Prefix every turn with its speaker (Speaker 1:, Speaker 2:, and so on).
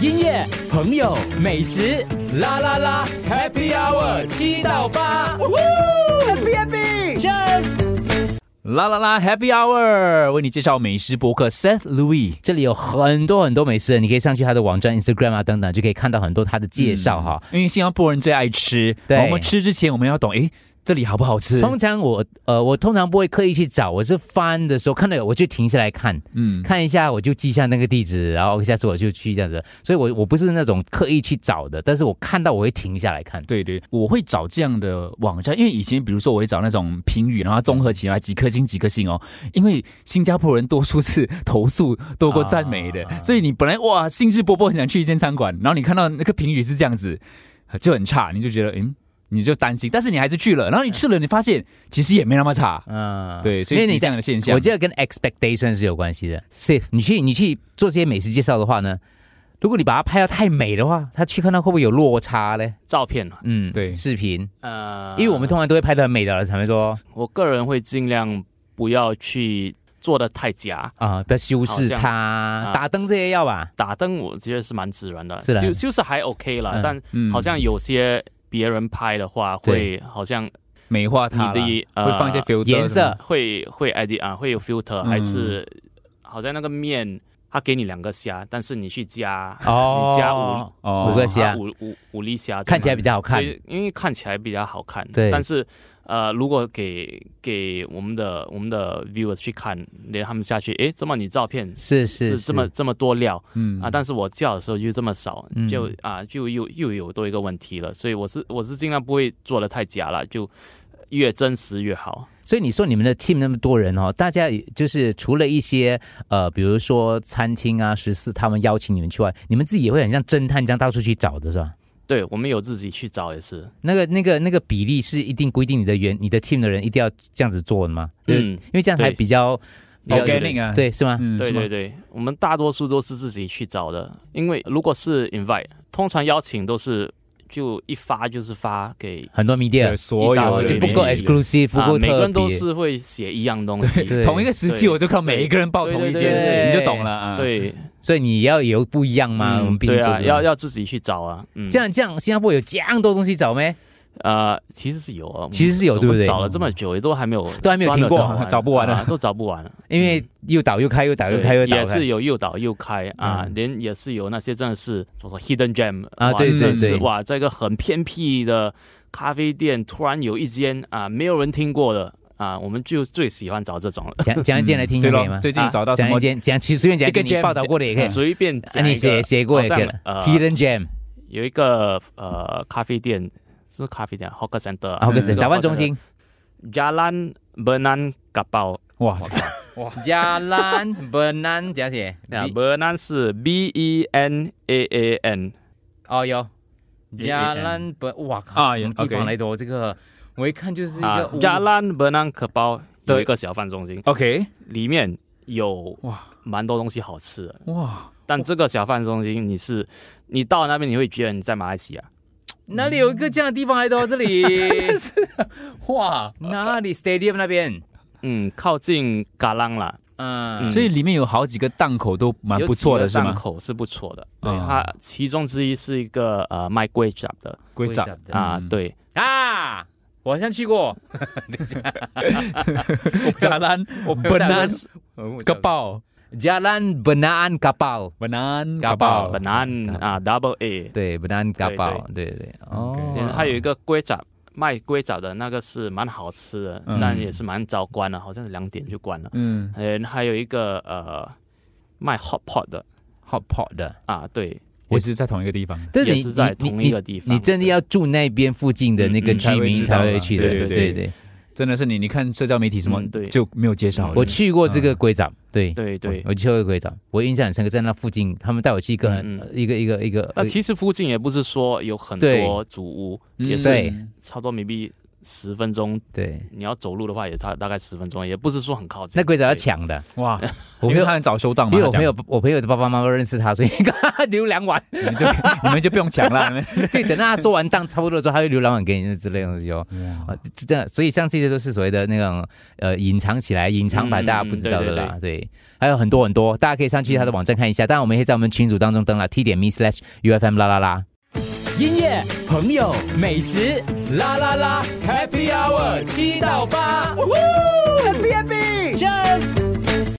Speaker 1: 音乐、朋友、美食，啦啦啦，Happy Hour 七到八，Happy Happy，Cheers。啦啦啦，Happy Hour 为你介绍美食博客 Seth Louis，
Speaker 2: 这里有很多很多美食，你可以上去他的网站、Instagram 啊等等，就可以看到很多他的介绍哈。
Speaker 1: 啊因为新加坡人最爱吃。
Speaker 2: 对
Speaker 1: 我们吃之前我们要懂，诶，这里好不好吃？
Speaker 2: 通常我呃，我通常不会刻意去找，我是翻的时候看到有我就停下来看，
Speaker 1: 嗯，
Speaker 2: 看一下我就记下那个地址，然后下次我就去这样子。所以我我不是那种刻意去找的，但是我看到我会停下来看。
Speaker 1: 对对，我会找这样的网站，因为以前比如说我会找那种评语，然后综合起来几颗星几颗星哦。因为新加坡人多数是投诉多过赞美的，
Speaker 2: 啊
Speaker 1: 所以你本来哇兴致勃勃很想去一间餐馆，然后你看到那个评语是这样子，就很差，你就觉得嗯，你就担心，但是你还是去了，然后你去了，你发现其实也没那么差。
Speaker 2: 嗯，
Speaker 1: 对，所以
Speaker 2: 因为
Speaker 1: 你
Speaker 2: 你
Speaker 1: 这样的现象，
Speaker 2: 我觉得跟 expectation 是有关系的。Safe，你去你去做这些美食介绍的话呢，如果你把它拍到太美的话，他去看到会不会有落差嘞？
Speaker 3: 照片啊，
Speaker 2: 嗯，
Speaker 1: 对
Speaker 2: 视频，
Speaker 3: 呃，
Speaker 2: 因为我们通常都会拍的很美的了，才会说
Speaker 3: 我个人会尽量不要去做的太假，
Speaker 2: 啊，不要修饰
Speaker 3: 好像
Speaker 2: 它，
Speaker 3: 啊
Speaker 2: 打灯这些要吧？
Speaker 3: 打灯我觉得是蛮自然的，
Speaker 2: 自然
Speaker 3: 就就是还 OK 啦，
Speaker 2: 嗯
Speaker 3: 但
Speaker 1: 嗯
Speaker 3: 好像有些别人拍的话
Speaker 2: 对
Speaker 3: 会好像
Speaker 1: 美化
Speaker 3: 你
Speaker 1: 它啦，
Speaker 3: 的呃
Speaker 1: 会放一些 filter
Speaker 2: 颜色
Speaker 1: 什么的
Speaker 3: 会会 edit 啊，会有 filter，
Speaker 1: 嗯
Speaker 3: 还是好像那个面他给你两个虾，但是你去加
Speaker 2: 哦，
Speaker 3: 你加五
Speaker 1: 哦
Speaker 2: 五个虾
Speaker 3: 啊五五五粒虾这样，
Speaker 2: 看起来比较好看
Speaker 3: 所。以因为看起来比较好看。
Speaker 2: 对
Speaker 3: 但是呃，如果给给我们的我们的 viewers 去看，连他们下去，诶，怎么你照片
Speaker 2: 是是
Speaker 3: 是这么这么多料
Speaker 1: 嗯
Speaker 3: 啊？但是我叫的时候就这么少
Speaker 2: 嗯，
Speaker 3: 就啊就又又有多一个问题了。所以我是我是尽量不会做的太假了，就越真实越好。
Speaker 2: 所以你说你们的 team 那么多人哦，大家就是除了一些呃，比如说餐厅啊、十四他们邀请你们去外，你们自己也会很像侦探这样到处去找的是吧？
Speaker 3: 对我们有自己去找也是，
Speaker 2: 那个、那个、那个比例是一定规定你的原你的 team 的人一定要这样子做的吗？就是
Speaker 3: 嗯
Speaker 2: 因为这样还
Speaker 3: 对
Speaker 2: 比较比较
Speaker 1: organic 啊，，
Speaker 2: 对是吗？
Speaker 1: 嗯，
Speaker 3: 对
Speaker 1: 是吗
Speaker 3: 对对，我们大多数都是自己去找的，因为如果是 invite，通常邀请都是就一发就是发给
Speaker 2: 很多 media
Speaker 1: 对，所有
Speaker 3: 一大
Speaker 1: 的
Speaker 3: 堆
Speaker 2: 就不够
Speaker 1: 美女
Speaker 2: exclusive，不
Speaker 3: 啊
Speaker 2: 够特别，
Speaker 3: 每个人都是会写一样东 西，
Speaker 2: 对
Speaker 1: 同一个时期，
Speaker 3: 对
Speaker 1: 我就看每一个人报
Speaker 3: 对
Speaker 1: 同一
Speaker 3: 对对
Speaker 1: 间，
Speaker 2: 对
Speaker 1: 你就懂了啊。
Speaker 3: 对
Speaker 2: 所以你要有不一样嘛。
Speaker 1: 嗯
Speaker 2: 我们必须
Speaker 3: 对
Speaker 2: 做
Speaker 3: 啊，
Speaker 2: 这个
Speaker 3: 要要自己去找啊，嗯，
Speaker 2: 这样这样，新加坡有这样多东西找没？
Speaker 3: 呃，其实是有啊，
Speaker 2: 其实是有
Speaker 3: 我
Speaker 2: 对不对
Speaker 3: 我找了这么久，也都还没有，
Speaker 2: 都还没有听过
Speaker 3: 端得
Speaker 1: 找不完啊
Speaker 3: 啊，都找不完，
Speaker 2: 因为又导又开，又导又
Speaker 3: 对
Speaker 2: 开，又导
Speaker 3: 也
Speaker 2: 又开
Speaker 3: 是。有诱导诱开啊
Speaker 2: 嗯，
Speaker 3: 连也是有那些真的是怎么说 hidden gem
Speaker 2: 啊
Speaker 3: 哇
Speaker 2: 对
Speaker 1: 对
Speaker 3: 真的是
Speaker 2: 对
Speaker 3: 哇，在一个很偏僻的咖啡店，突然有一间啊没有人听过的啊，我们就最喜欢找这种了，
Speaker 2: 讲讲一件来听听
Speaker 1: 对
Speaker 2: 可以
Speaker 1: 咯，
Speaker 2: 吗？啊
Speaker 1: 最近找到什
Speaker 2: 讲
Speaker 1: 么
Speaker 2: 一？件，讲其实随便讲一
Speaker 1: 一个
Speaker 2: 件你
Speaker 1: gem，
Speaker 2: 报道过的也可以。
Speaker 3: 随便
Speaker 2: 啊，
Speaker 3: 讲
Speaker 2: 你
Speaker 3: 一个
Speaker 2: 写写过也可以了
Speaker 3: 好像呃
Speaker 2: ，Hidden Gem
Speaker 3: 有一个呃咖啡店，是咖啡店 hawker center
Speaker 2: 啊，
Speaker 3: 啊
Speaker 2: 或者是
Speaker 3: 嗯
Speaker 2: 台湾中心
Speaker 3: Jalan Bernan Kapau，
Speaker 1: 哇，
Speaker 2: ，Jalan Bernan 讲写
Speaker 3: 那 Bernan 是 B E N A A N，
Speaker 2: 哦有
Speaker 1: Jalan
Speaker 2: Ber，哇
Speaker 1: 啊什么地方来
Speaker 2: 的？我这个我一看就是
Speaker 3: 啊，Jalan Bernan Kapau
Speaker 1: 对
Speaker 3: 有一个小贩中心，
Speaker 1: OK，
Speaker 3: 里面有
Speaker 1: 哇
Speaker 3: 蛮多东西好吃的，
Speaker 1: 哇，
Speaker 3: 但这个小贩中心你是你到那边你会觉得你在马来西亚，
Speaker 2: 哪里有一个这样的地方来的？哦这里
Speaker 1: 哇，
Speaker 2: 哪里 Stadium 那边？
Speaker 3: 嗯，靠近嘎浪啦，
Speaker 2: 嗯
Speaker 1: 所以里面有好几个档口都蛮
Speaker 3: 有
Speaker 1: 不错的，
Speaker 3: 几
Speaker 1: 是
Speaker 3: 个档
Speaker 1: 吗？
Speaker 3: 口是不错的，对，
Speaker 1: 啊
Speaker 3: 它其中之一是一个呃卖龟甲的
Speaker 1: 规
Speaker 2: 规
Speaker 1: 则
Speaker 2: 则的
Speaker 3: 啊
Speaker 1: 嗯，
Speaker 3: 对，
Speaker 2: 啊，我好像去过，
Speaker 1: 加兰，banana 个爆
Speaker 2: ，Jalan Benan Kapal，
Speaker 1: ，banana
Speaker 2: 嘎
Speaker 1: 个爆
Speaker 2: 爆
Speaker 1: 嗯
Speaker 3: Banan 啊，Double A，
Speaker 2: 对，Benan Kapal，对对对，
Speaker 3: 然
Speaker 2: 哦
Speaker 3: 后，还有一个龟爪，卖龟爪的那个是蛮好吃的，
Speaker 1: 嗯
Speaker 3: 但也是蛮早关了，好像是两点就关了。
Speaker 1: 嗯
Speaker 3: 嗯，还有一个呃卖 hot pot 的
Speaker 2: Hot Pot 的，
Speaker 3: 啊，对，
Speaker 1: 我只是在同一个地方。
Speaker 2: 但是
Speaker 3: 也
Speaker 2: 你
Speaker 3: 是在
Speaker 2: 你
Speaker 3: 同
Speaker 2: 你
Speaker 3: 一个地方。
Speaker 2: 你真的要住那边附近的那个
Speaker 3: 嗯嗯
Speaker 2: 居民才
Speaker 1: 才会
Speaker 2: 会去的，
Speaker 1: 知
Speaker 2: 对
Speaker 1: 道嘛
Speaker 2: 对
Speaker 1: 对对
Speaker 2: 对，
Speaker 1: 真的是你，你看社交媒体什么
Speaker 3: 嗯对
Speaker 1: 就没有介绍了。
Speaker 2: 我去过这个龟长，对。
Speaker 3: 对嗯对对。
Speaker 2: 我去过龟长，我印象很深刻，在那附近，他们带我去一个
Speaker 3: 嗯嗯
Speaker 2: 呃一个一个一个，
Speaker 3: 那其实附近也不是说有很
Speaker 2: 对
Speaker 3: 多主屋，
Speaker 1: 嗯
Speaker 3: 也
Speaker 2: 对
Speaker 3: 是差不多 maybe 十分钟，
Speaker 2: 对，
Speaker 3: 你要走路的话也差大概十分钟，也不是说很靠近。
Speaker 2: 那规则要
Speaker 3: 对
Speaker 2: 抢的。
Speaker 1: 哇，
Speaker 2: 我
Speaker 1: 因
Speaker 2: 没
Speaker 1: 为
Speaker 2: 有
Speaker 1: 他，很早收档嘛，
Speaker 2: 因为我
Speaker 1: 他讲
Speaker 2: 朋友，我朋友的爸爸妈妈认识他，所以 留两碗。
Speaker 1: 你们就 你们就不用抢了。 你们
Speaker 2: 对，等到他收完档差不多之后，他会留两碗给你之类的东 西哦。啊，就这样，所以像这些都是所谓的那种呃隐藏起来、隐藏版
Speaker 3: 嗯
Speaker 2: 大家不知道的啦。
Speaker 3: 嗯
Speaker 2: 对还有很多很多，大家可以上去他的网站看一下。当然，我们也会在我们群组当中登了 t 点 me slash ufm 啦啦啦。
Speaker 1: 音乐、朋友、美食，啦啦啦，Happy Hour 七到八。呜呼